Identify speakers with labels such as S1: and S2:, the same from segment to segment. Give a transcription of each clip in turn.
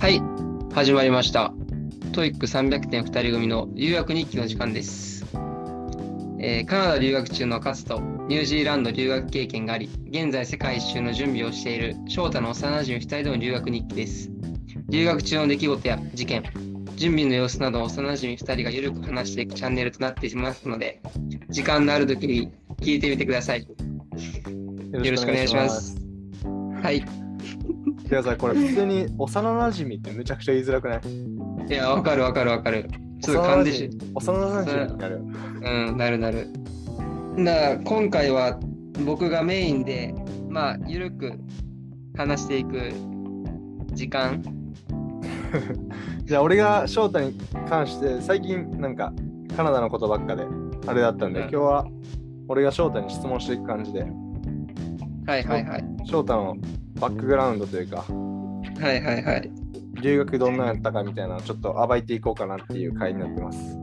S1: はい、始まりました。トイック300点2人組の留学日記の時間です。えーカナダ留学中のカツとニュージーランド留学経験があり、現在世界一周の準備をしている翔太の幼馴染2人での留学日記です。留学中の出来事や事件、準備の様子などを幼馴染2人がゆるく話していくチャンネルとなっていますので、時間のある時に聞いてみてください。よろしくお願いします。はい、い
S2: いやさ、これ普通に幼馴染みってめちゃくちゃ言いづらくない
S1: や、わかるわかるわかる。ちょっと噛んでし
S2: 幼馴染みになる。
S1: うん、なるなる。だから今回は僕がメインで、まあ、ゆるく話していく時間。
S2: じゃあ俺が翔太に関して最近なんかカナダのことばっかであれだったんで、
S1: うん
S2: 今日は俺が翔太に質問していく感じで、
S1: はいはいはい。
S2: 翔太のバックグラウンドというか、
S1: はいはいはい。
S2: 留学どんなやったかみたいなのをちょっと暴いていこうかなっていう回になってます。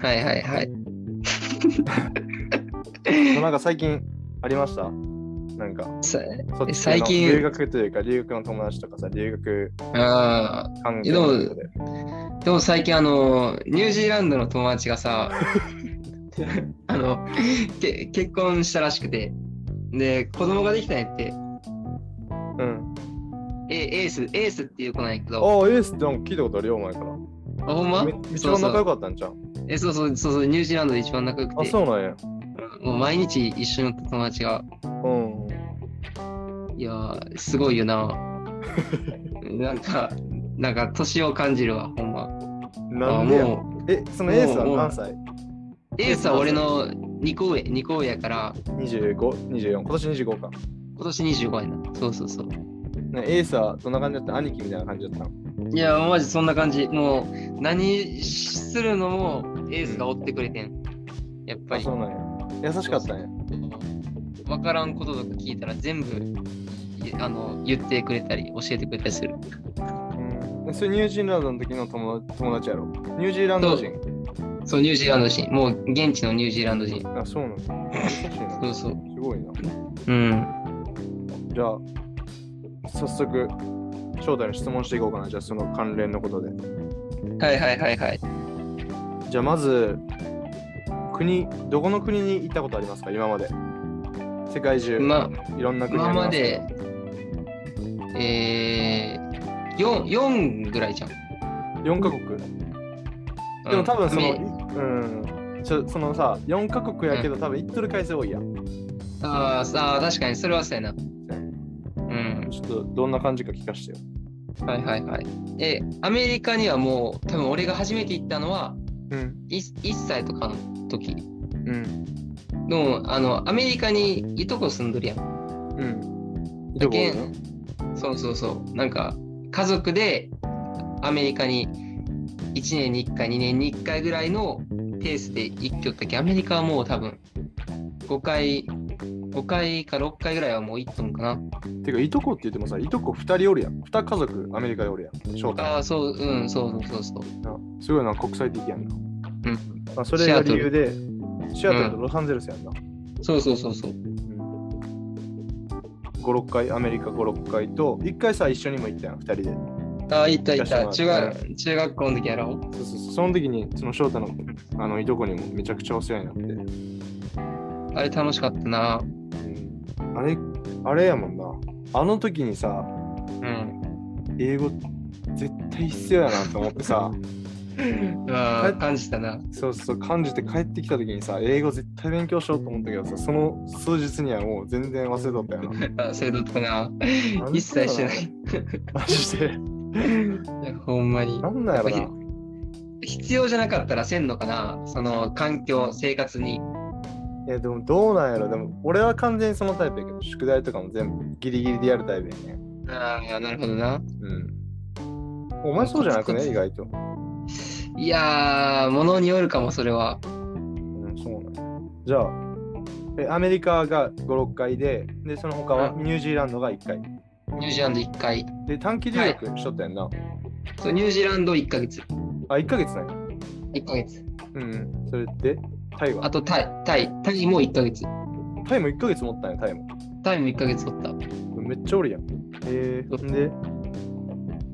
S1: はいはいはい。
S2: でもなんか最近ありましたなんか
S1: さ
S2: そっちの
S1: 最近
S2: 留学というか留学の友達とかさ留学
S1: あ
S2: 関係のことで
S1: ーでも最近あのニュージーランドの友達がさ あのけ結婚したらしくてで子供ができたんやって
S2: うん
S1: えエースエースっていう子なんやけ
S2: あ
S1: ど
S2: あエースってなんか聞いたことあるよ前から
S1: あほんま
S2: め一番仲良かったんじゃん。
S1: えそうそうそうそうニュージーランドで一番仲良くて
S2: あ、そうなんや。
S1: もう毎日一緒に乗った友達が、
S2: うん。
S1: いやー、すごいよ な。なんか、なんか、年を感じるわ、ほんま。
S2: なんで
S1: あ
S2: や
S1: も
S2: え、そのエースは
S1: もう
S2: 何歳
S1: う、エースは俺の2個上、二個上やから、
S2: ?25、24。今年25か。
S1: 今年25やな。そうそうそう。
S2: ね、エースはどんな感じだった兄貴みたいな感じだったの
S1: いやー、マジそんな感じ。もう、何するのも、エースが追ってくれてん。やっぱ
S2: あ、
S1: り
S2: そ、うなんや。優しかったんや。
S1: わからんこととか聞いたら全部、いあの、言ってくれたり、教えてくれたりする。
S2: うん。それニュージーランドの時の友達友達やろ。ニュージーランド人。
S1: そう、ニュージーランド人。もう、現地のニュージーランド人。
S2: あ、そうなんや。優しいな。
S1: そうそう。
S2: すごいな。
S1: うん。
S2: じゃあ、早速、翔太に質問していこうかな。じゃあ、その関連のことで。
S1: はいはいはいはい。
S2: じゃあ、まず、国、どこの国に行ったことありますか今まで。世界中。
S1: ま、
S2: いろんな国
S1: 今
S2: あり
S1: ます
S2: け
S1: で
S2: ど、
S1: えー、4, 4ぐらいじゃん。
S2: 4カ国でも多分その、
S1: う
S2: い
S1: ん
S2: うん、ちょそのさ、4カ国やけど多分行っとる回数多いやん。
S1: あーさあ、確かにそれはそうやな。うん。
S2: ちょっとどんな感じか聞かしてよ。
S1: はいはいはい。え、アメリカにはもう、多分俺が初めて行ったのは
S2: うん。
S1: 1、1歳とかの時。
S2: うん。
S1: でも、あの、アメリカにいとこ住んどるやん。
S2: うん。いとこ多いな
S1: そうそうそう。なんか、家族でアメリカに1年に1回、2年に1回ぐらいのペースで行きよったけアメリカはもう多分5回、5回か6回ぐらいはもう行っとんかな。
S2: てか、いとこって言ってもさ、いとこ2人おるやん。2家族アメリカでおるやん。翔太。
S1: ああ、そう、うん、そうそうそうそう。
S2: なすごいな、国際的やんな。
S1: うん。
S2: まあ、それが理由で、シアトルとロサンゼルスやんな。
S1: そうそうそうそう。
S2: 五六5、6回、アメリカ5、6回と、1回さ、一緒にも行ったやん、2人で。
S1: ああ、行った行っ
S2: 行か
S1: た。中
S2: せてもらった
S1: 学、中学校の時やろう。
S2: そうそうそう。その時に、その翔太のあのいとこにもめちゃくちゃお世話になって。
S1: あれ楽しかったな。
S2: うんあれ、あれやもんな。あの時にさ、
S1: うん。
S2: 英語絶対必要やなと思っ てさ、
S1: ああ、感じたな。
S2: そうそう、感じて帰ってきた時にさ、英語絶対勉強しようと思ったけどさ、その数日にはもう全然忘れとっ たよな。
S1: あそういうことかな。一切してない。い
S2: マジで。
S1: やほんまに。
S2: なんなんやろ
S1: やっぱ必要じゃなかったらせんのかなその環境生活に
S2: な。いや、でもどうなんやろ。でも俺は完全にそのタイプやけど、宿題とかも全部ギリギリでやるタイプやね。
S1: ああなるほどな
S2: うん。お前そうじゃなく
S1: コツコ
S2: ね
S1: ツ
S2: 意外と。
S1: いやーものによるかもそれは
S2: うん、そうなんやじゃあ、えアメリカが5、6回で、で、その他は
S1: う
S2: ニュージーランドが1回。
S1: ニュージーランド1回
S2: で、短期留学しとったやんな。
S1: そうニュージーランド1ヶ月
S2: あ、1ヶ月なんや。
S1: 1ヶ月
S2: うんうん。それって、タイは
S1: あとタイタイタイも1ヶ月
S2: タイも1ヶ月持ったんや、タイも。
S1: タイも1ヶ月おった
S2: めっちゃおるやん。えー、ん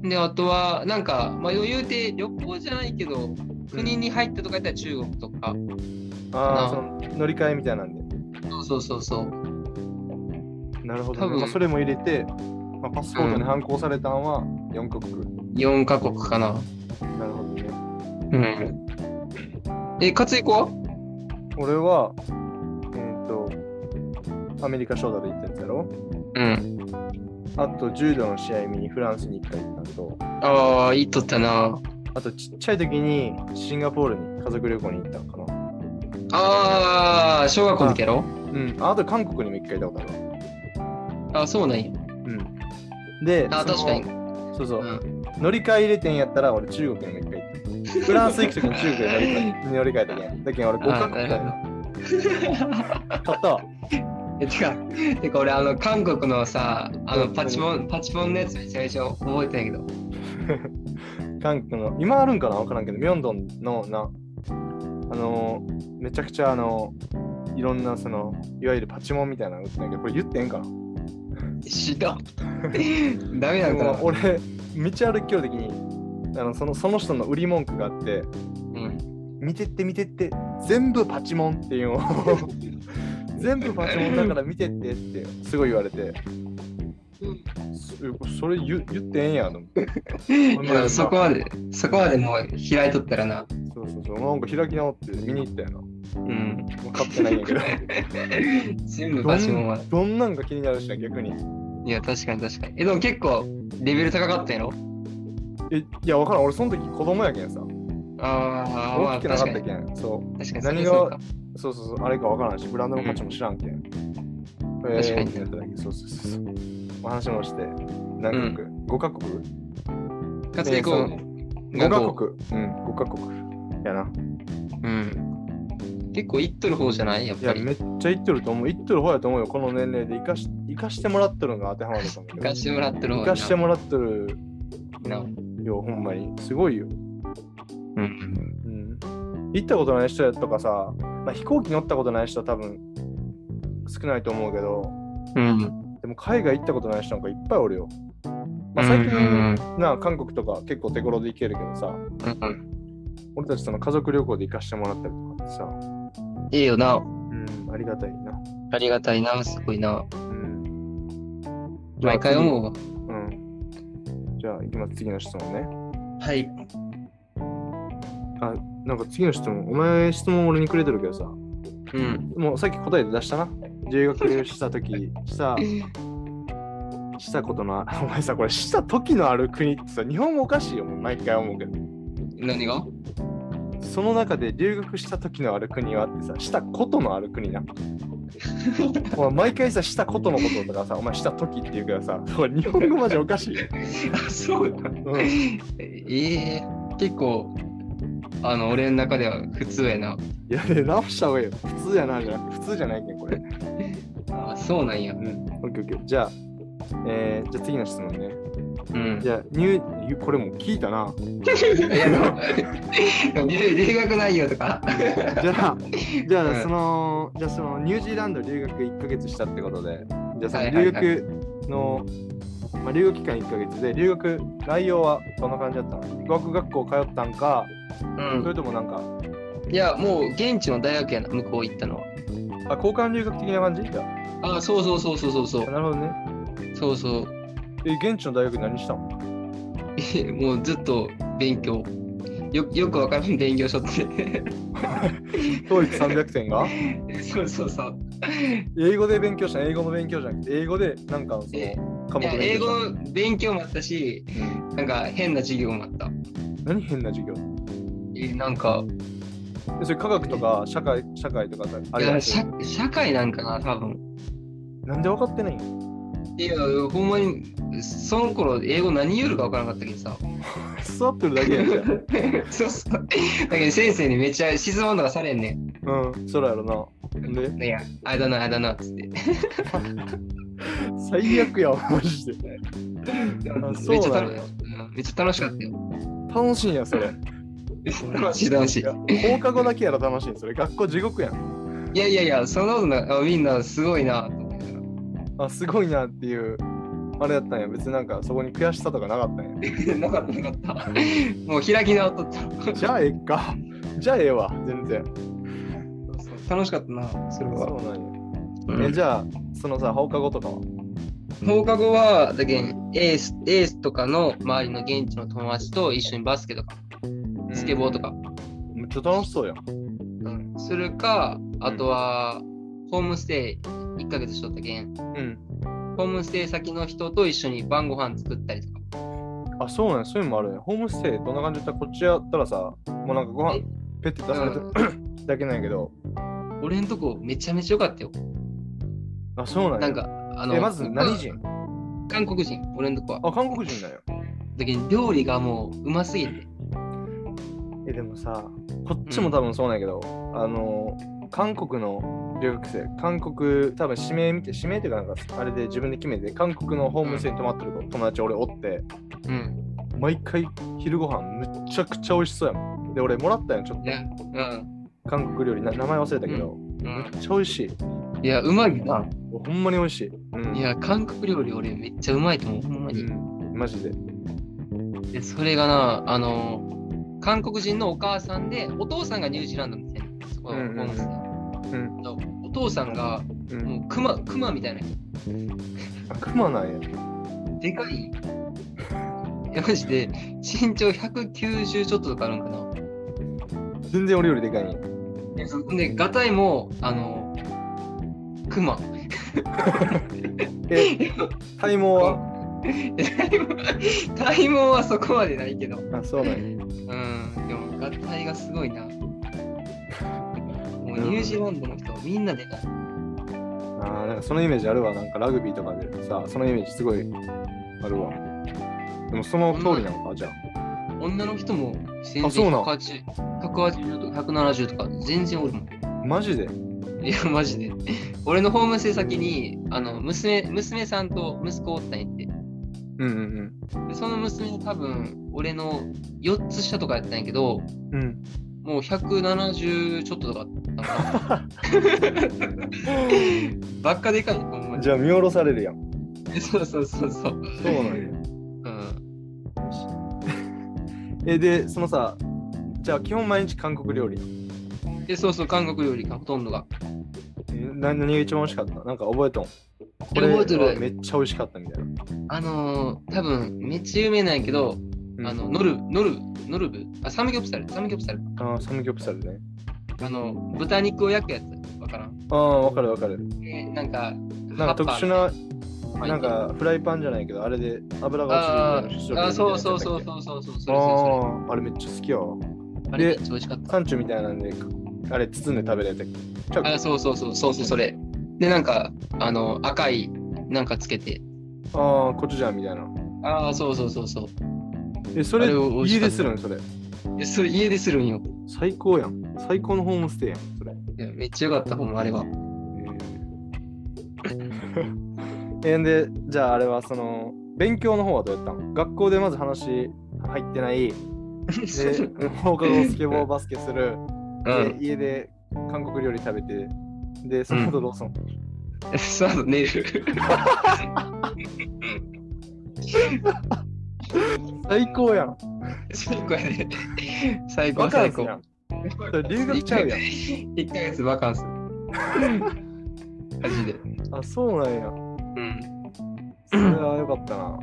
S2: で、
S1: で、あとは、なんか、まあ、余裕で旅行じゃないけど、国に入ったとかやったら中国とか、
S2: あ
S1: な
S2: あ、その乗り換えみたいなんで。
S1: そうそうそう、
S2: なるほ
S1: 多
S2: ど、ね。
S1: 分
S2: まあ、それも入れて、まあ、パスポートに反抗されたんは4カ国。
S1: 4カ国かな。
S2: なるほどね。
S1: うん。え、勝彦は
S2: 俺は、えっ、と、アメリカ翔太で行ったやつやろ
S1: うん。
S2: あと、柔道の試合見にフランスに1回行ったのと、
S1: ああ、いいとったな。
S2: あとちっちゃい時にシンガポールに家族旅行に行ったのかな。
S1: ああ、小学校の時やろ
S2: うん。ああと、韓国にも1回行ったことあるわ
S1: あそうなんや。
S2: うん。で、
S1: あ
S2: そ
S1: 確
S2: の
S1: かに。。
S2: そうそう
S1: う。ん。
S2: 乗り換え入れてんやったら俺中国にも一回行った。フランス行くときに中国に乗り換え乗り換えたけん。だけど俺
S1: あ
S2: 5
S1: あ、
S2: カ国
S1: な
S2: だ
S1: る
S2: よ。
S1: ほ
S2: 買った
S1: ど。
S2: わ。
S1: え、てか、てか俺、あの、韓国のさ、あの、パチモン、パチモンのやつめちゃめちゃ覚えてんやけど。
S2: 韓国の、今あるんかなわからんけど、ミョンドンのな、あのー、めちゃくちゃあの、いろんなその、いわゆるパチモンみたいなの売ってんやけど、これ言ってええんかな
S1: 知らん。 ダメな
S2: で
S1: んかな
S2: も。俺、道歩きよるときに、あのそのその人の売り文句があって、
S1: うん。
S2: 見てって見てって、全部パチモンっていうのを、 全部パチモンだから見てってってすごい言われて。そそれ言言ってええんやと思って。
S1: いやそこまで、そこまでもう開いとったらな。
S2: そうそうそう。なんか開き直って見に行ったよな。
S1: うん。
S2: 分かってないんや けど。
S1: 全部
S2: ど
S1: パチモンは。
S2: んどんなんか気になるしな、逆に。
S1: いや、確かに確かに。え、でも結構、レベル高かったんやろ
S2: えいや、分からん。俺、その時子供やけんさ。
S1: ああ、ま
S2: 大
S1: あ
S2: きくなか
S1: 確
S2: っ
S1: か
S2: た
S1: に。
S2: けん。そ
S1: 確
S2: う
S1: かにそ
S2: 何
S1: れ
S2: が
S1: そうか。
S2: そうそうそう。あれか分からんし、ブランドの価値も知らんけん。えー
S1: 確かに
S2: ってなっただけそうそうそうそう。お話もして、何カ国、?5 カ国
S1: かつてこう、
S2: ?5 カ国。うん、5カ国。やな。
S1: うん。結構行っとる方じゃないやっ
S2: い
S1: ぱ
S2: や、
S1: り。
S2: めっちゃ行っとると思う。行っとる方やと思うよ。この年齢で生かし生かしてもらっとるのが当てはまると思う
S1: 行
S2: けど
S1: か。してもらってる方
S2: 生
S1: やな
S2: かしてもらっとる
S1: な。
S2: よ、ほんまに。すごいよ。
S1: うん。
S2: うん。行ったことない人とかさ、まあ、飛行機乗ったことない人は多分少ないと思うけど、
S1: うん。
S2: でも海外行ったことない人なんかいっぱいおるよ。まあ、
S1: うん
S2: 最近、
S1: うん
S2: なあ韓国とか結構手頃で行けるけどさ、
S1: うん
S2: 俺たちその家族旅行で行かしてもらったりとかってさ、
S1: いいよな。
S2: うん、ありがたいな。
S1: ありがたいな、すごいな。
S2: うん。
S1: 毎回
S2: う。
S1: 思うわ。
S2: うん。じゃあ、行きます。次の質問ね。
S1: はい。
S2: あ、なんか次の質問、お前質問俺にくれてるけどさ、
S1: うん。
S2: もうさっき答え出したな。留学したとき、した、したことのあ、お前さ、これ、した時のある国ってさ、日本語おかしいよ、もう毎回思うけど。
S1: 何が
S2: その中で留学した時のある国はあってさ、したことのある国な。 お前毎回さ、したことのこととかさ、お前した時って言うけどさ、これ日本語マジおかしいよ。
S1: あ、そうなの
S2: うん
S1: ええ結構、あの、俺の中では普通やな。
S2: いや、ね、直した方がいいよ。普通やな、じゃなくて、普通じゃないけん、これ。うん。
S1: あ、そうなんや。
S2: オッケーオッケー。じゃあ、えー、じゃあ次の質問ね。
S1: うん。
S2: じゃあ、入、これもう聞いたな。
S1: いや、でも 留留学内容とか。
S2: じゃあ、じゃ
S1: うん
S2: あその、じゃあそのニュージーランド留学1ヶ月したってことで、じゃあそ
S1: は
S2: の
S1: いはいは
S2: 留
S1: い
S2: 学の、まあ、留学期間1ヶ月で、留学内容はどんな感じだったの語学学校通ったんか、
S1: う
S2: それ
S1: ん。
S2: ともなんか、
S1: いや、もう現地の大学やな、向こう行ったのは。
S2: あ交換留学的な感じだ
S1: あ、そうそうそうそうそうそ
S2: あ
S1: う。
S2: なるほどね。
S1: そうそう。
S2: え、現地の大学何したの
S1: もうずっと勉強。よよくわからん勉強しと って。
S2: 教育300点 が
S1: そうそうそう。
S2: 英語で勉強したの英語の勉強じゃなくて、英語でなんかそ
S1: え
S2: の科
S1: い
S2: 目
S1: や
S2: 勉強
S1: 英
S2: したの
S1: 語の勉強もあったし、なんか変な授業もあった。
S2: 何変な授業
S1: えなんか
S2: えそれ科学とか社会社会とかさあ
S1: い
S2: れ
S1: や
S2: だ
S1: 社社会なんかな、多分
S2: なんで分かってないん
S1: いや、ほんまに、その頃英語何言うるかわからなかったけど さ。
S2: 座ってるだけやんじゃん。
S1: そうそう。だけど先生にめっちゃ質問とかされんね
S2: うん、そらやろな。で、
S1: ん。いや、あれだな、あれだな、つって。
S2: 最悪やわ、 マジで。あ
S1: めっ
S2: そ
S1: ちゃ
S2: うな
S1: 楽
S2: んや
S1: うんめっちゃ楽しかったよ。
S2: 楽しいんや、それ。
S1: 楽しい楽しい
S2: いや。放課後だけやら楽しいんそれ。学校地獄やん。
S1: いやいやいや、そのなことなあみんなすごいなと思いながら
S2: あ、すごいなっていうあれだったんや。別になんかそこに悔しさとかなかっ たんや。
S1: なかったなかった。もう開き直っとった。
S2: じゃあええか。じゃあええわ、全然。
S1: そうそう楽しかったな、それ
S2: そ
S1: は。
S2: うなん
S1: うん
S2: や。えじゃあ、そのさ、放課後とかは
S1: 放課後は、だけんエース、エースとかの周りの現地の友達と一緒にバスケとか、スケボーとか。
S2: うんめっちゃ楽しそうやん。
S1: うん。するか、あとは、ホームステイ1ヶ月しとったけん、
S2: うん。
S1: ホームステイ先の人と一緒に晩ご飯作ったりとか。
S2: あ、そうなんや。そういうのもあるね。ホームステイ、どんな感じだったらこっちやったらさ、もうなんかご飯
S1: え、
S2: ペッて出されてるだけなんやけど。
S1: 俺んとこめちゃめちゃ良かったよ。
S2: あ、そうなんや。
S1: なんか、あの、
S2: え、まず何人
S1: 韓国人、俺んとこは。
S2: あ、韓国人だよ。
S1: だけど料理がもううますぎて。
S2: え、でもさ、こっちも多分そうなんやけど、あの、韓国の留学生、韓国、多分指名見て、指名っていうかなんか、あれで自分で決めて、韓国のホームステイに泊まってる友達俺おって、
S1: うん。
S2: 毎回昼ご飯むちゃくちゃ美味しそうやもん。で、俺もらったやん、ちょっ
S1: いや、うん。
S2: と韓国料理、な名前忘れたけど、
S1: うん
S2: めっちゃ美味しい。
S1: いや、うまいな。
S2: ほんまに美味しい。うん、
S1: いや、韓国料理俺めっちゃうまいと思う。ほんま
S2: う
S1: に。
S2: ん、マジで。
S1: で、それがな、あの、韓国人のお母さんで、お父さんがニュージーランドの店なんですよ。そこ
S2: うんうんうん
S1: ホームステイ
S2: うん
S1: のお父さんが
S2: うん、
S1: もうクマクマみたいな人
S2: 悪魔なんや。
S1: でかい。いやマジで身長190ちょっととかあるんかな。
S2: 全然俺よりでかいんや。
S1: でそで、ガタイも、あの、クマ。
S2: え、 体毛は
S1: 体毛はそこまでないけど。
S2: あ、そうなんや。
S1: うん、でも合体がすご いな。もうニュージーランドの人みんなでかい。
S2: あーなんかそのイメージあるわ。なんかラグビーとかでさ、そのイメージすごいあるわ。でもその通りなのか、じゃあ。
S1: 女の人も全然
S2: あそうなん
S1: 180 180とか170とか全然おるもん。
S2: マジで
S1: いや、マジで。俺のホームステイ先にあの娘娘さんと息子おったんやって。
S2: うんうん
S1: でその娘多分俺の4つ下とかやったんやけど、
S2: うん。うん。
S1: もう170ちょっととかだった かな。ばっかでかい、ほんまに
S2: じ。ゃあ見下ろされるやん。
S1: そうそうそうそう。
S2: そうなんや。
S1: うん。
S2: え、で、そのさ、じゃあ基本毎日韓国料理。
S1: で、そうそう、韓国料理がほとんどが。
S2: えな何が一番美味しかったなんか覚えとん。こ
S1: え覚えてる
S2: はめっちゃ美味しかったみたいな。
S1: あのー、多分めっちゃ有名なんやけど、あの、ノル、ノル、ノルブ、あ、サムギョプサル、サムギョプサル。
S2: あーサムギョプサルね。
S1: あの、豚肉を焼くやつ、わからん。
S2: ああ、わかるわかる。
S1: えーなんか、
S2: なんか特殊な、
S1: な
S2: なん、かフライパンじゃないけど、あれで油が
S1: あ
S2: 落ちる
S1: ーあ、そうそうそう
S2: う。
S1: そうそうそう、それそ
S2: ああ、あれめっちゃ好きよ。
S1: れそれ。あ
S2: で
S1: れめっちゃ美味しかった。
S2: サンチュみたいなんで、あれ包んで食べれて。ちゃう
S1: あ、そうそうそう、そうそう、それ。で、なんか、あの、赤い、なんかつけて。
S2: ああ、コチュジャンみたいな。
S1: ああ、そうそうそうそう。
S2: え、それ
S1: あれ美味し
S2: 家
S1: かった
S2: でするんそれ。
S1: でそれ家でするんよ。
S2: 最高やん。最高のホームステイやん、それ。
S1: いやめっちゃよかった、ほんま、あれは。
S2: えー えんで、じゃああれはその、勉強の方はどうやったの学校でまず話入ってな い。で、放課後スケボーバスケする。
S1: う
S2: で
S1: ん、
S2: 家で韓国料理食べて。で、その後どうすんの、
S1: その後寝る。
S2: 最高やん。
S1: 最高やね。最
S2: バ
S1: 高、
S2: カン
S1: 最
S2: ス
S1: 高
S2: や。ん。それ留学ちゃうやん。
S1: 1ヶ月バカンス。マジで。
S2: あ、そうなんや。
S1: うん。
S2: それはよかったな。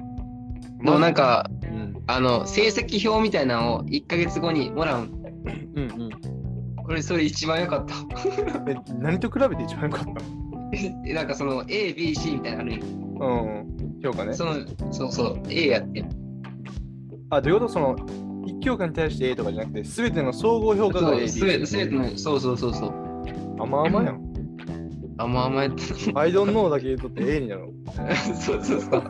S1: でもなん、か、
S2: うん、
S1: あの、成績表みたいなのを1ヶ月後にもらうん。
S2: うんうん。
S1: これ、それ一番良かった。
S2: え、何と比べて一番良かった
S1: えなんかその A、B、C みたいなのあるんよ
S2: うん。評価ね。
S1: その、そうそう、A やって。
S2: あ、どういうことその、一教科に対して A とかじゃなくて、すべての総合評価が
S1: そ
S2: A
S1: う、すべて、すべての、そうそうそうそう。
S2: 甘々や ん。
S1: あんま甘えて
S2: アイドンノーだけ言うとって A になるの。
S1: そうそうそう。
S2: そう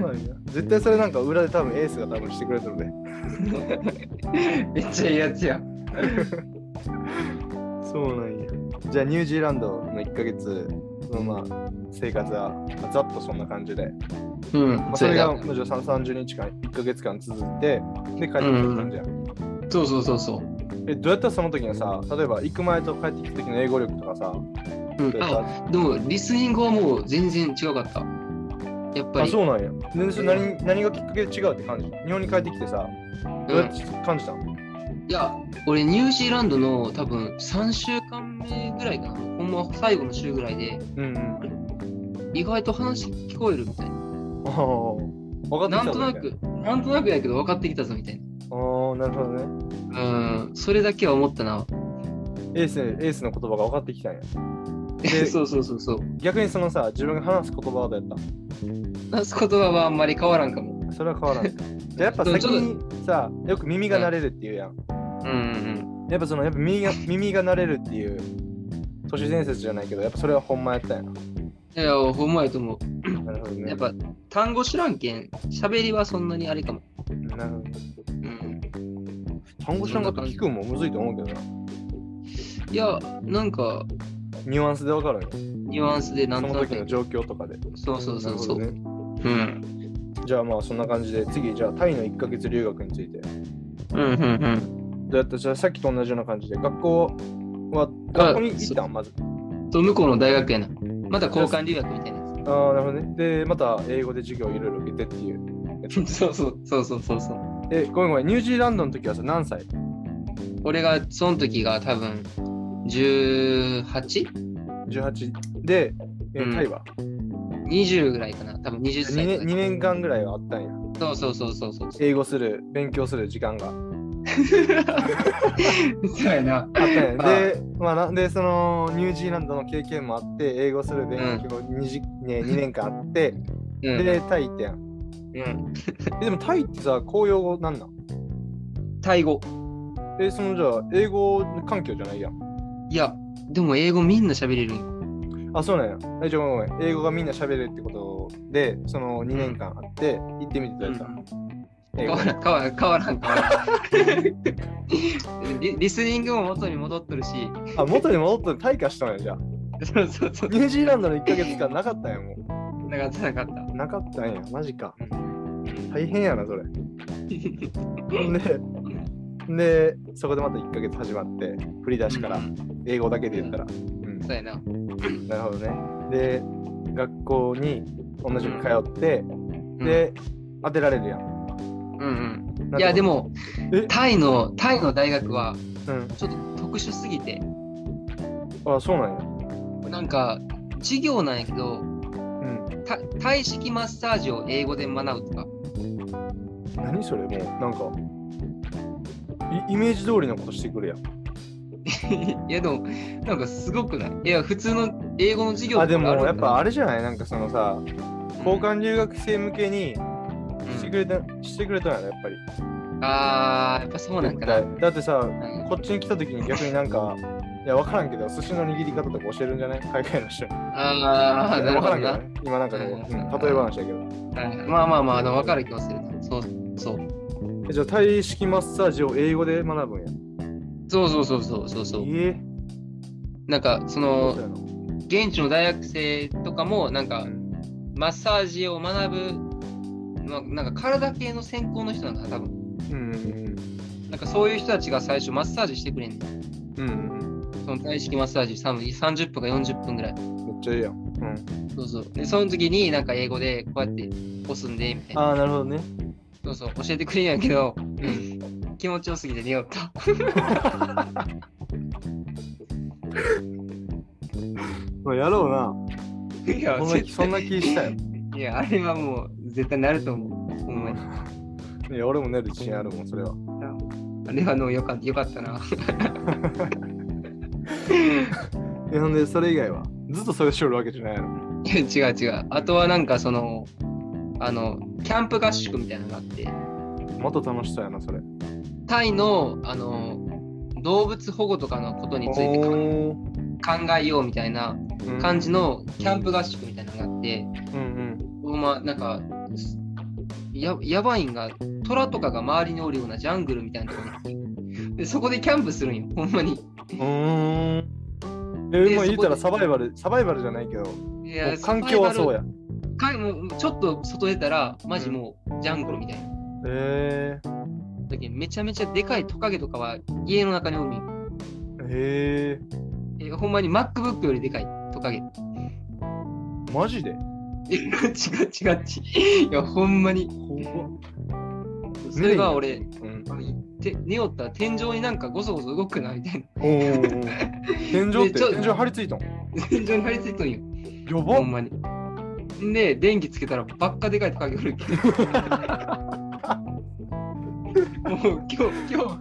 S2: なんや。絶対それなんか裏で多分エースが多分してくれてるで。
S1: めっちゃいいやつや。
S2: そうなんや。じゃあニュージーランドの1ヶ月のまあ生活はざっとそんな感じで、
S1: うん、
S2: まあ、
S1: そ
S2: それ
S1: れ
S2: が
S1: が。
S2: まあじゃあ30日間、1ヶ月間続いて、で帰ってきた感じや、ん。
S1: そうそうそうそう。
S2: え、どうやったらその時のさ、例えば行く前と帰ってきた時の英語力とかさ、
S1: うん
S2: というか
S1: でも、リスニングはもう全然違かった。やっぱ
S2: あ、
S1: り、
S2: そうなんや。でそれ何何がきっかけで違うって感じ日本に帰ってきてさ、どう
S1: う
S2: や
S1: ん
S2: って感じたの
S1: いや、俺、ニュージーランドの多分3週間目ぐらいかな、ほんま最後の週ぐらいで、
S2: うんうん。
S1: 意外と話聞こえるみたいな。
S2: あー分か
S1: な
S2: ってきた
S1: んとな
S2: ぞみたい
S1: く、なんとなくやけど分かってきたぞみたい
S2: あーなるほどね。
S1: な。うん、それだけは思ったな。
S2: エース、エースの言葉が分かって きたんや。で
S1: そうそうそうそう。
S2: 逆にそのさ、自分が話す言葉はどうやった
S1: 話す言葉はあんまり変わらんかも。
S2: それは変わらな い。じゃあやっぱ先にさ、よく耳が慣れるっていうやん。
S1: うんうん
S2: やっぱその、やっぱ耳が耳が慣れるっていう、都市伝説じゃないけど、やっぱそれはほんまやったんやな。
S1: うん。いや、ほんまやと思う。
S2: なるほどね。
S1: やっぱ単語知らんけん、喋りはそんなにあれかも。
S2: なるほど
S1: うん。
S2: 単語知らんかったら聞くんもむずいと思うけどな。
S1: いや、なんか、
S2: ニュアンスで分かるよ。
S1: ニュアンスでな
S2: そ
S1: んと
S2: の
S1: な
S2: 時の
S1: く。
S2: 状況とかで。
S1: そうそうそうそ
S2: な
S1: う。
S2: るほどね
S1: うん。
S2: じゃあまあそんな感じで、次、じゃあタイの1ヶ月留学について。
S1: うんうんうん。
S2: どうやったじゃあさっきと同じような感じで、学校は、学校に行ったんまず。
S1: と、向こうの大学やな。また交換留学みたいなや
S2: ああ、なるほどね。で、また英語で授業いろいろ受けてっていう。
S1: つ。 そうそうそうそうそうそう。
S2: え、ごめんごめん、ニュージーランドの時はさ、何歳
S1: 俺が、その時が多分、18?20
S2: 18で、え
S1: うん
S2: タイは
S1: ぐらいかな。多分20
S2: 2
S1: 歳
S2: 年
S1: とか。
S2: 2年間ぐらいはあったんや。
S1: そうそうそうそうそう。そう
S2: 英語する、勉強する時間があっ
S1: やな。
S2: たんや。で、まあ、なんでそのニュージーランドの経験もあって、英語する勉強 2,、じね、2年間あって、
S1: うん。
S2: で、タイ行ってやん。
S1: うん、
S2: えでもタイってさ、公用語なんなん
S1: タイ語。
S2: え、そのじゃあ、英語環境じゃないやん。
S1: いや、でも英語みんな喋れるんよ
S2: あ、そうなんや。え、じゃあごめんごめん。英語がみんな喋れるってことで、その2年間あって、行ってみてどうやった、英
S1: 変
S2: 語
S1: わらん、変わらん、変わ らん。変わらんリリスニングも元に戻っとるし。
S2: あ、元に戻って退化したんや、じゃあ。
S1: そうそうそう。
S2: ニュージーランドの1ヶ月間なかったんや、もう。
S1: なかった、なかった。
S2: なかったんや、マジか。大変やな、 それ。ほんで、で、そこでまた1ヶ月始まって、振り出しから
S1: う、ん
S2: 英語だけで言ったら。うん、
S1: そうやな。
S2: なるほどね。で、学校に同じく通って、で、当てられるやん。
S1: うん
S2: なん
S1: うん。
S2: か
S1: いや、で、も
S2: え、
S1: タイの、タイの大学は、
S2: うん。
S1: ちょっと特殊すぎて、
S2: あ、そうなんや。
S1: なんか、授業なんやけど、
S2: うん。
S1: タタイ式マッサージを英語で学ぶ とか。
S2: 何それ、もう、なんか、イイメージ通りのことしてくるやん。
S1: いや、でも、なんかすごくないいや、普通の英語の授業
S2: あ、でも、
S1: とかるんだ
S2: やっ
S1: な
S2: ぱあれじゃないなんかそのさ、交換留学生向けに
S1: うん
S2: してくれた、してくれたんやろ、やっぱり。
S1: あー、やっぱそうなんかな。
S2: だってさ、
S1: うん
S2: こっちに来た時に逆になんか、いや、わからんけど、寿司の握り方とか教えるんじゃない海外の人に。
S1: あー、なる
S2: わ
S1: ほ
S2: か
S1: ど
S2: ら
S1: な。は
S2: んけど
S1: い
S2: ね。今なんかこう、
S1: うん
S2: うん例え話だけど。
S1: まあまあまあ、でも分かる気がするな。そうそう。
S2: えじゃあ、タイ式マッサージを英語で学ぶんや。
S1: そうそうそうそうそうそう。
S2: え
S1: なんか、そ
S2: そう
S1: の
S2: や、な
S1: 現地の大学生とかも、なんか
S2: う、ん
S1: マッサージを学ぶ、まなんか体系の専攻の人なんかな、多分。
S2: うんうん
S1: なんかそういう人たちが最初マッサージしてくれんねん。
S2: うんうん
S1: その体式マッサージさん30分か40分ぐらい。
S2: うん。めっちゃいいやん。うん、
S1: そうそう。で、その時になんか英語でこうやって押すんで、みたいな。
S2: ああ、なるほどね。
S1: そうそう、教えてくれんやけど、気持ちよすぎて寝よった。
S2: まあ、やろう
S1: いや
S2: な。そんなそんな気したよ。
S1: いや、あれはもう絶対なると思う。ほんまに
S2: いや、俺も寝る自信あるもん、それは。
S1: あれはのよかよかったな。
S2: え、ほんで、それ以外はずっとそれしよるわけじゃないやろ。
S1: いや違う違う。あとはなんかその、あの、キャンプ合宿みたいなのがあって、
S2: また楽しそうやな、それ。
S1: タイの、あの、動物保護とかのことについてか考
S2: お
S1: えようみたいな
S2: ー
S1: 感じ。のキャンプ合宿みたいなのがあって、
S2: うんうん
S1: ほんまなんか、すややばいんが、虎とかが周りにおるようなジャングルみたいなとこに行ってでそこでキャンプするんよ、ほんまに。
S2: うーん。
S1: で
S2: え、まあ言
S1: そこで
S2: うたらサバイバル、サバイバルじゃないけど、
S1: いや
S2: 環境はそう。や。
S1: かもうちょっと外出たら、マジもうジャングルみたいな。
S2: へえ
S1: だけどめちゃめちゃでかいトカゲとかは家の中におるんよ
S2: ー。へえ
S1: えほんまに MacBook よりでかいトトカゲ。
S2: マジで
S1: ガチガチガチ。いや、ほんまに。
S2: 怖
S1: それが俺、
S2: うん。
S1: あの行って、寝よったら天井になんかごそごそ動くな、みたいな。
S2: おー。天井っ
S1: で
S2: て、
S1: ちょ
S2: 天井張り付いたの
S1: 天井に張り付いとんよ。
S2: やば
S1: ほんまに。で、電気つけたらばっかでかいトカゲおるけど。 もう今日、今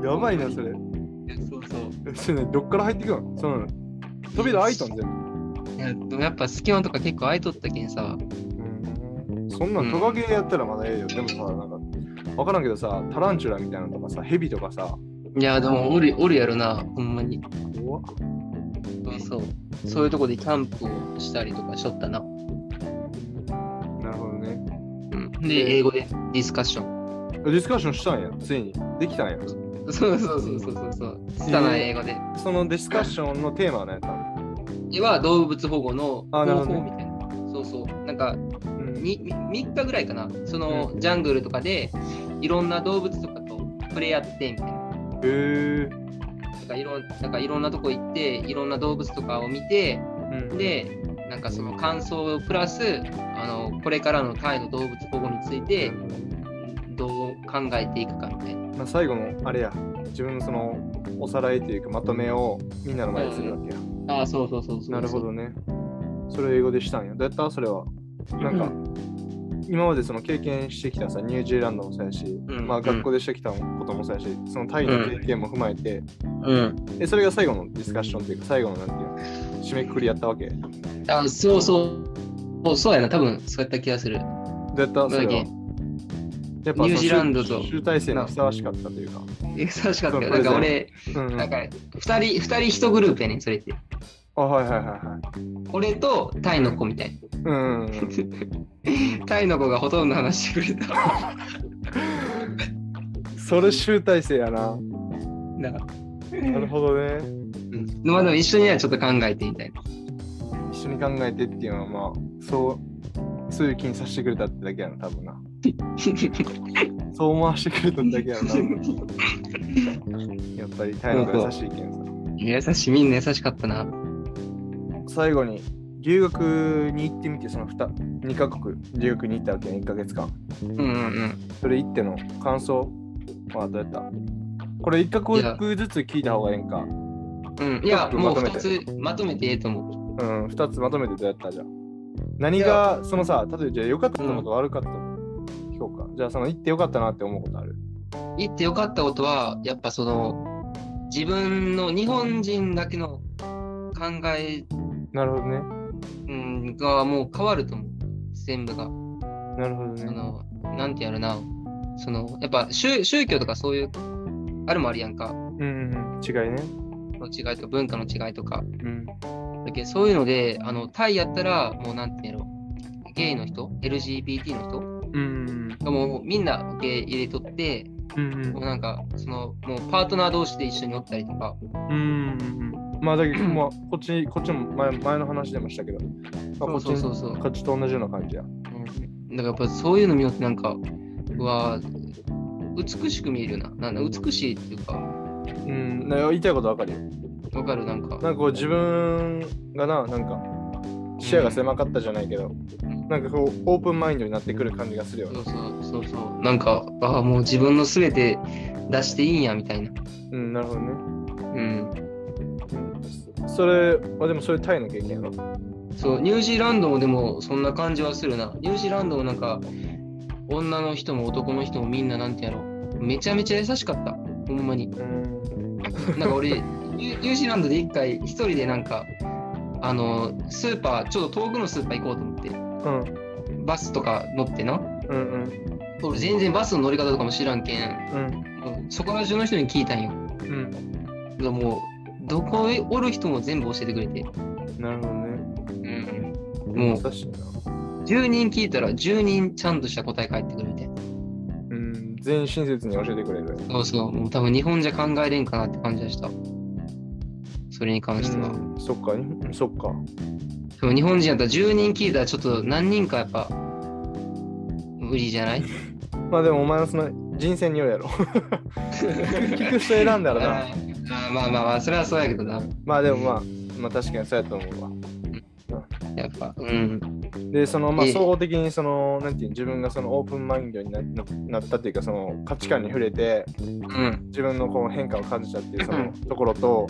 S1: 日。
S2: やばいな、それ。
S1: いやそうそう。
S2: それね、どっから入ってくんのその扉開いたん全部。
S1: いやでもやっぱ隙間とか結構空いとったけんさ。
S2: そんなんトカゲやったらまだええよ。でもさ、なんか、わからんけどさ、タランチュラみたいなのとかさ、ヘビとかさ、
S1: いや、でもおるおるやろな、ほんまに。
S2: 怖っ
S1: そうそう。そういうとこでキャンプをしたりとかしとったな。
S2: なるほどね。
S1: うん、で、英語でディスカッション。
S2: ディスカッションしたんや、ついに。できたんや。
S1: そうそうそうそうそうそう。拙ない英語で。
S2: そのディスカッションのテーマは何やったの
S1: 絵は動物保護の
S2: あなる
S1: 方
S2: ほど
S1: 法
S2: ね
S1: みたいな。そうそう。なんか
S2: うん
S1: にみ3日ぐらいかな。そのジャングルとかでいろんな動物とかと触れ合ってみたいな。
S2: へえ。
S1: なんかいろんなんかいろんなとこ行っていろんな動物とかを見て
S2: うん、
S1: でなんかその感想プラスあのこれからのタイの動物保護についてどう考えていくかみたいな。
S2: まあ、最後のあれや、自分のそのおさらいというかまとめをみんなの前にするわけや。
S1: ああそうそうそうそう。
S2: なるほどね。それを英語でしたんや。どうやったそれは。なんか、
S1: う
S2: 今までその経験してきたさ、ニュージーランドもそうやし、
S1: うん
S2: ま
S1: う
S2: あ
S1: ん
S2: 学校でしてきたこともそうやし、そのタイの経験も踏まえて、
S1: うん。
S2: えそれが最後のディスカッションというか、最後のなんていうの、締めくくりやったわけ。どう
S1: あそうそう。そうそうやな、多分そうやった気がする。
S2: やったそれは。
S1: だ
S2: や
S1: っけ
S2: っぱその
S1: ニュージーランドと
S2: 集大成にふさわしかったというか。
S1: えふさわしかったけどな
S2: そうん
S1: か俺、
S2: うんうん、
S1: な
S2: あ
S1: ん、か2人、二人1グループやねん、それって。
S2: はいはいはいはい。
S1: 俺とタイの子みたい
S2: うんう んうん、
S1: な。タイの子がほとんど話してくれた。
S2: それ集大成やな。
S1: な
S2: なるほどね。
S1: うんまあでも一緒にはちょっと考えてみたいな。
S2: 一緒に考えてっていうのはまあそうそういう気にさせてくれたってだけやな多分なそう思わせてくれただけやなやっぱりタイの方が優しいけんさ
S1: 優しい、みんな優しかったな。
S2: 最後に留学に行ってみてその 2, 2カ国留学に行ったわけや1ヶ月間
S1: うんうんうん。
S2: それ行っての感想はどうやったこれ1カ国
S1: いや
S2: ずつ聞いた方がええんか
S1: うん、いや、
S2: よく
S1: も
S2: ま
S1: う
S2: とめて
S1: 2つまとめてええと思
S2: うん2つまとめてどうやったじゃあ何がそのさ例えばじゃあ良かったことと悪かったこと評価、じゃあその行って良かったなって思うことある
S1: う。行ってよかったことは、やっぱその、自分の日本人だけの考え、
S2: なるほどね
S1: うん、がもう変わると思う。全部が。
S2: なるほどね
S1: その、なんてやるな、その、やっぱ宗宗教とかそういう、あるもあるやんか、
S2: うんうん、違いね。
S1: の違いとか文化の違いとか。
S2: うん。
S1: だけどそういうので、あの、タイやったら、もうなんてやろう、ゲイの人、LGBT の人
S2: うん。
S1: がもうみんな受け入れとって、
S2: うん
S1: もうなんか、その、もうパートナー同士で一緒におったりとか、
S2: うん。まあ、だけど、まあ、こっち、こっちも前前の話でもしたけど、まあ、こっち
S1: そうそうそうそう
S2: こっちと同じような感じや。
S1: うん、だからやっぱそういうの見よってなんか、うわ美しく見えるよな。なんだ美しいっていうか、
S2: うん。なんか言いたいことわかるよ。
S1: わかるなんか。
S2: なんかこう、自分がな、なんか、視野が狭かったじゃないけど、なんかこう、オープンマインドになってくる感じがするよ
S1: そ
S2: ね。
S1: うそうそうそう。なんか、ああ、もう自分のすべて出していいんやみたいな。
S2: うん、なるほどね。
S1: うん。
S2: うんそれはでもそれタイの経験やろ
S1: そう、ニュージーランドもでもそんな感じはするな。ニュージーランドもなんか、女の人も男の人もみんななんてやろう。めちゃめちゃ優しかった。ほんまに。
S2: うん
S1: なんか俺、ニ ュニュージーランドで一回一人でなんか、あの、スーパー、ちょっと遠くのスーパー行こうと思って、
S2: うん
S1: バスとか乗ってな。
S2: うんうん
S1: 俺全然バスの乗り方とかも知らんけん、
S2: うん
S1: もうそこら中の人に聞いたんよ。
S2: うん
S1: だからもうどこへおる人も全部教えてくれて、
S2: なるほどね
S1: もう
S2: 優しいな
S1: 10人聞いたら10人ちゃんとした答え返ってくるみたいな
S2: うん全員親切に教えてくれる
S1: そうそうもう多分日本じゃ考えれんかなって感じがしたそれに関しては、
S2: うんそっか、にそっか。
S1: でも日本人やったら10人聞いたらちょっと何人かやっぱ無理じゃない
S2: まあでもお前のその人選による やろ。結局人選んだらな。
S1: あーまあまあまあそれはそうやけどな
S2: まあでもまあ、まあ確かにそうやと思うわ。
S1: やっぱ、うん。
S2: で、その、まあ、
S1: ええ
S2: 総合的に、その、なんていうの自分がそのオープンマインドにななったっていうか、その価値観に触れて、
S1: うん。
S2: 自分のこう変化を感じたっていうそうの
S1: ん
S2: ところと、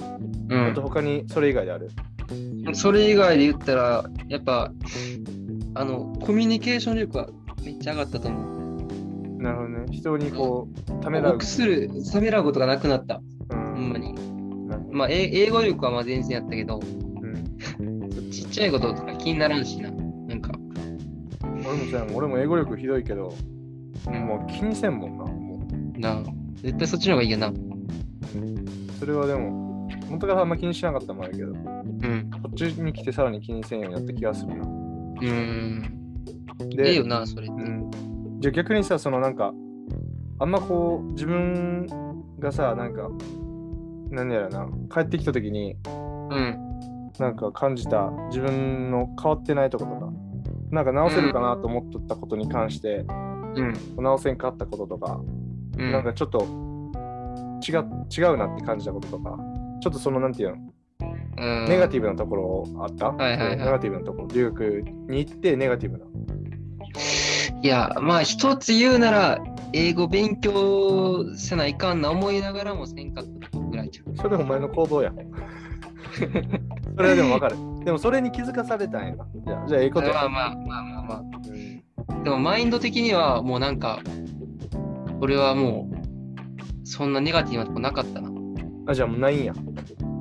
S1: う
S2: あと他にそれ以外である。
S1: ん。それ以外で言ったら、やっぱ、あの、コミュニケーション力はめっちゃ上がったと思う。
S2: なるほどね。人にこう、ためらう
S1: 臆。する、冷めらうことがなくなった。
S2: う
S1: ほ
S2: ん
S1: んまに。
S2: なるほど
S1: まあ、え英語力はまあ全然やったけど、
S2: うん
S1: ちっちゃいこととか気にならんしな。なんか、
S2: 俺もじゃあ俺も英語力ひどいけど、もう気にせんもんな。も
S1: なあ絶対そっちの方がいいよな。
S2: うそれはでも、元からあんま気にしなかったもんやけど、こ
S1: うん。
S2: っちに来てさらに気にせんようになった気がするな。
S1: うん。
S2: で
S1: ええよな、それって。
S2: うん、じゃあ逆にさそのなんかあんまこう自分がさなんか何やらな帰ってきた時に
S1: うん。
S2: なんか感じた自分の変わってないとことかなんか直せるかなと思っとったことに関して、
S1: うん。
S2: 直せんかったこととか、
S1: うん。
S2: なんかちょっと違違うなって感じたこととかちょっとそのなんてい
S1: う
S2: うの
S1: ん、
S2: ネガテ
S1: ィ
S2: ィブなところあった、
S1: はいはいはい
S2: ネガティブなところ留学に行ってネガティブな
S1: ブ。いや、まあ一つ言うなら、英語勉強せないかんな思いながらもせんかったぐらいちゃう。
S2: それお前の行 動や。それはでもわかる。でもそれに気づかされたんやな。じゃあ、じゃあええこと
S1: ま
S2: や。
S1: あまあまあまあま
S2: うん
S1: あ。でもマインド的にはもうなんか、俺はもう、そんなネガティブなとこなかったな。
S2: あじゃあもうないんや。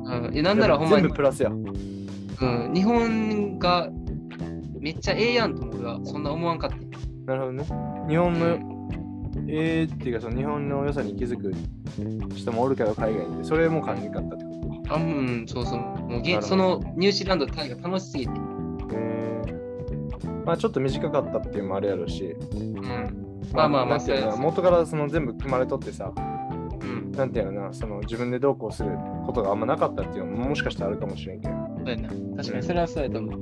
S1: うん。えなんならほんま
S2: 全
S1: に
S2: 部、プラスや。
S1: うん、日本がめっちゃええやんとも俺はそんな思わんかった。
S2: なるほどね。日本の、えー、っていうかその日本の良さに気づく人もおるけど、海外で。それも感じんかったってこ
S1: あうん、そうそう。もう
S2: な
S1: げ
S2: るほど
S1: そのニュージーランドタイが楽しすぎて。
S2: とえーまあちょっと短かったっていうのもあれやろうし、
S1: うん。まあまあまあ
S2: なんていうのか
S1: そ
S2: な
S1: う
S2: 元からその全部組まれとってさ、
S1: うん。
S2: なんていうのかな、その自分でどうこうすることがあんまなかったっていうのももしかしたらあるかもしれんけど、ま
S1: そうやな。確かにそれはそうやと思う。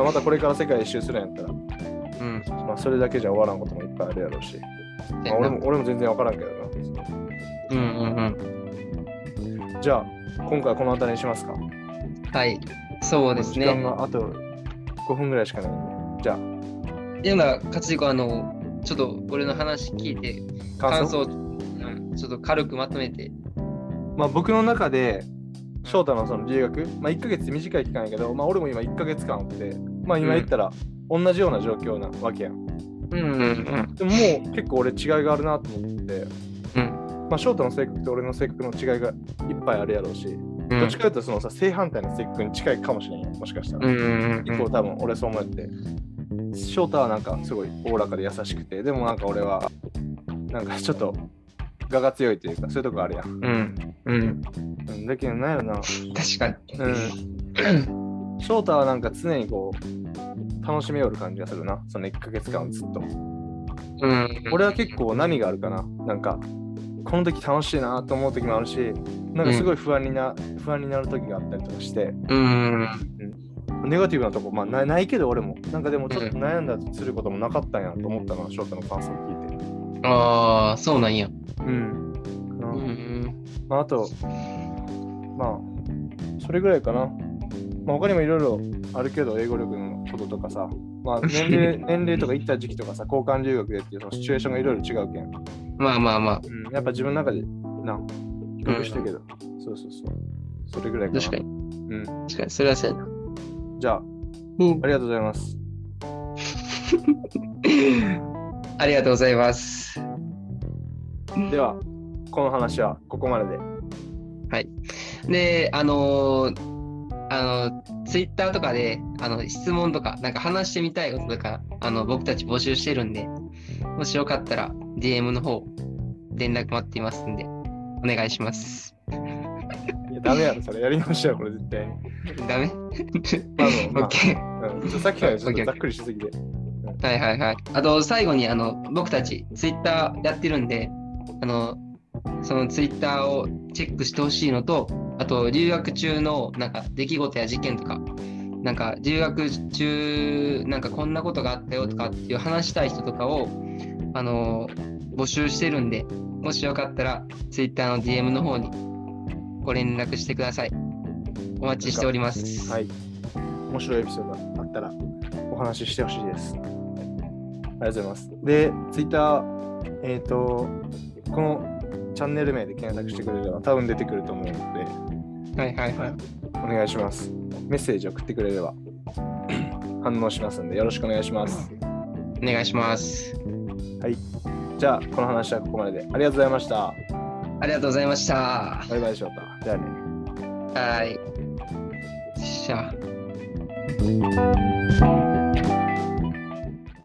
S2: あ、またこれから世界一周するんやったら、
S1: うん。
S2: まあ、それだけじゃ終わらんこともいっぱいあるやろうし、
S1: そう
S2: ま
S1: やな
S2: あ、俺も俺も全然分からんけど
S1: うんうんうん。
S2: な。じゃあ、今回はこの辺りにしますか。
S1: はい。そうです
S2: 時間
S1: ね。
S2: があと5分ぐらいしかないんで。じゃあ、
S1: でも、勝彦、あの、ちょっと俺の話聞いて、
S2: 感
S1: 感
S2: 想。
S1: 想、うんちょっと軽くまとめて。
S2: まあ、僕の中で、翔太のその留学、まあ、1ヶ月って短い期間やけど、まあ、俺も今1ヶ月間おって、まあ、今言ったら、同じような状況なわけやん。
S1: うんうんうん。
S2: でも、もう結構俺違いがあるなと思って、
S1: うん。
S2: まあ、翔太の性格と俺の性格の違いがいっぱいあるやろうし、
S1: うん
S2: どっちかというと、そのさ、正反対の性格に近いかもしれんよ、もしかしたら。
S1: うんうん
S2: 結構多分俺そう思って翔太はなんかすごいおおらかで優しくてでもなんか俺はなんかちょっと我が強いというかそういうとこあるやん
S1: うん。うん。
S2: うんだけどなんやろな
S1: 確かに。
S2: うん翔太はなんか常にこう楽しめよる感じがするなその1ヶ月間ずっと
S1: うん。
S2: 俺は結構波があるかななんかこの時楽しいなと思う時もあるしなんかすごい不安にな不安になる時があったりとかして
S1: うん。
S2: ネガティブなとこ、まあ、なないけど俺もなんかでもちょっと悩んだりすることもなかったんやと思ったな翔太の感想を聞いて
S1: ああ、そうなんや。
S2: うん。
S1: うんう
S2: うん
S1: ん。
S2: まあ、あと、まあ、それぐらいかな。まあ、他にもいろいろあるけど、英語力のこととかさ、まあ、年齢年齢とか行った時期とかさ、交換留学でっていうそのシチュエーションがいろいろ違うけん。
S1: まあまあまあ、
S2: うん、やっぱ自分の中でな、比較してるけど、そうそうそう。それぐらいかな。
S1: 確かに。
S2: うん。
S1: 確かに、それはそうやな。
S2: じゃあ、
S1: うん
S2: ありがとうございます。
S1: ありがとうございます。
S2: では、この話はここまで
S1: で、
S2: で。
S1: あのーあの、ツイッターとかで、あの、質問とか、なんか話してみたいこととか、あの、僕たち募集してるんで、もしよかったら、DM の方、連絡待っていますんで、お願いします。
S2: いや、ダメやろ、それやりましょう、これ絶対に。
S1: ダメ
S2: まあまあまあ
S1: ?OK。
S2: うんちょさっきからちょっとざっくりしすぎて。
S1: はいはいはい。あと最後にあの僕たちツイッターやってるんで、あのそのツイッターをチェックしてほしいのと、あと留学中のなんか出来事や事件とか、なんか留学中なんかこんなことがあったよとかっていう話したい人とかをあの募集してるんで、もしよかったらツイッターの DM の方にご連絡してください。お待ちしております。
S2: はい。面白いエピソードあったらお話ししてほしいです。ありがとうございます。で、ツイッター、えっ、と、このチャンネル名で検索してくれれば多分出てくると思うので、
S1: はいはいはい。
S2: お願いします。メッセージ送ってくれれば反応しますんで、よろしくお願いします。
S1: お願いします。
S2: じゃあ、この話はここまでで。ありがとうございました。
S1: ありがとうございました。
S2: バイバイ、翔太。じゃあね。
S1: 哎はい。じゃあ。
S3: 「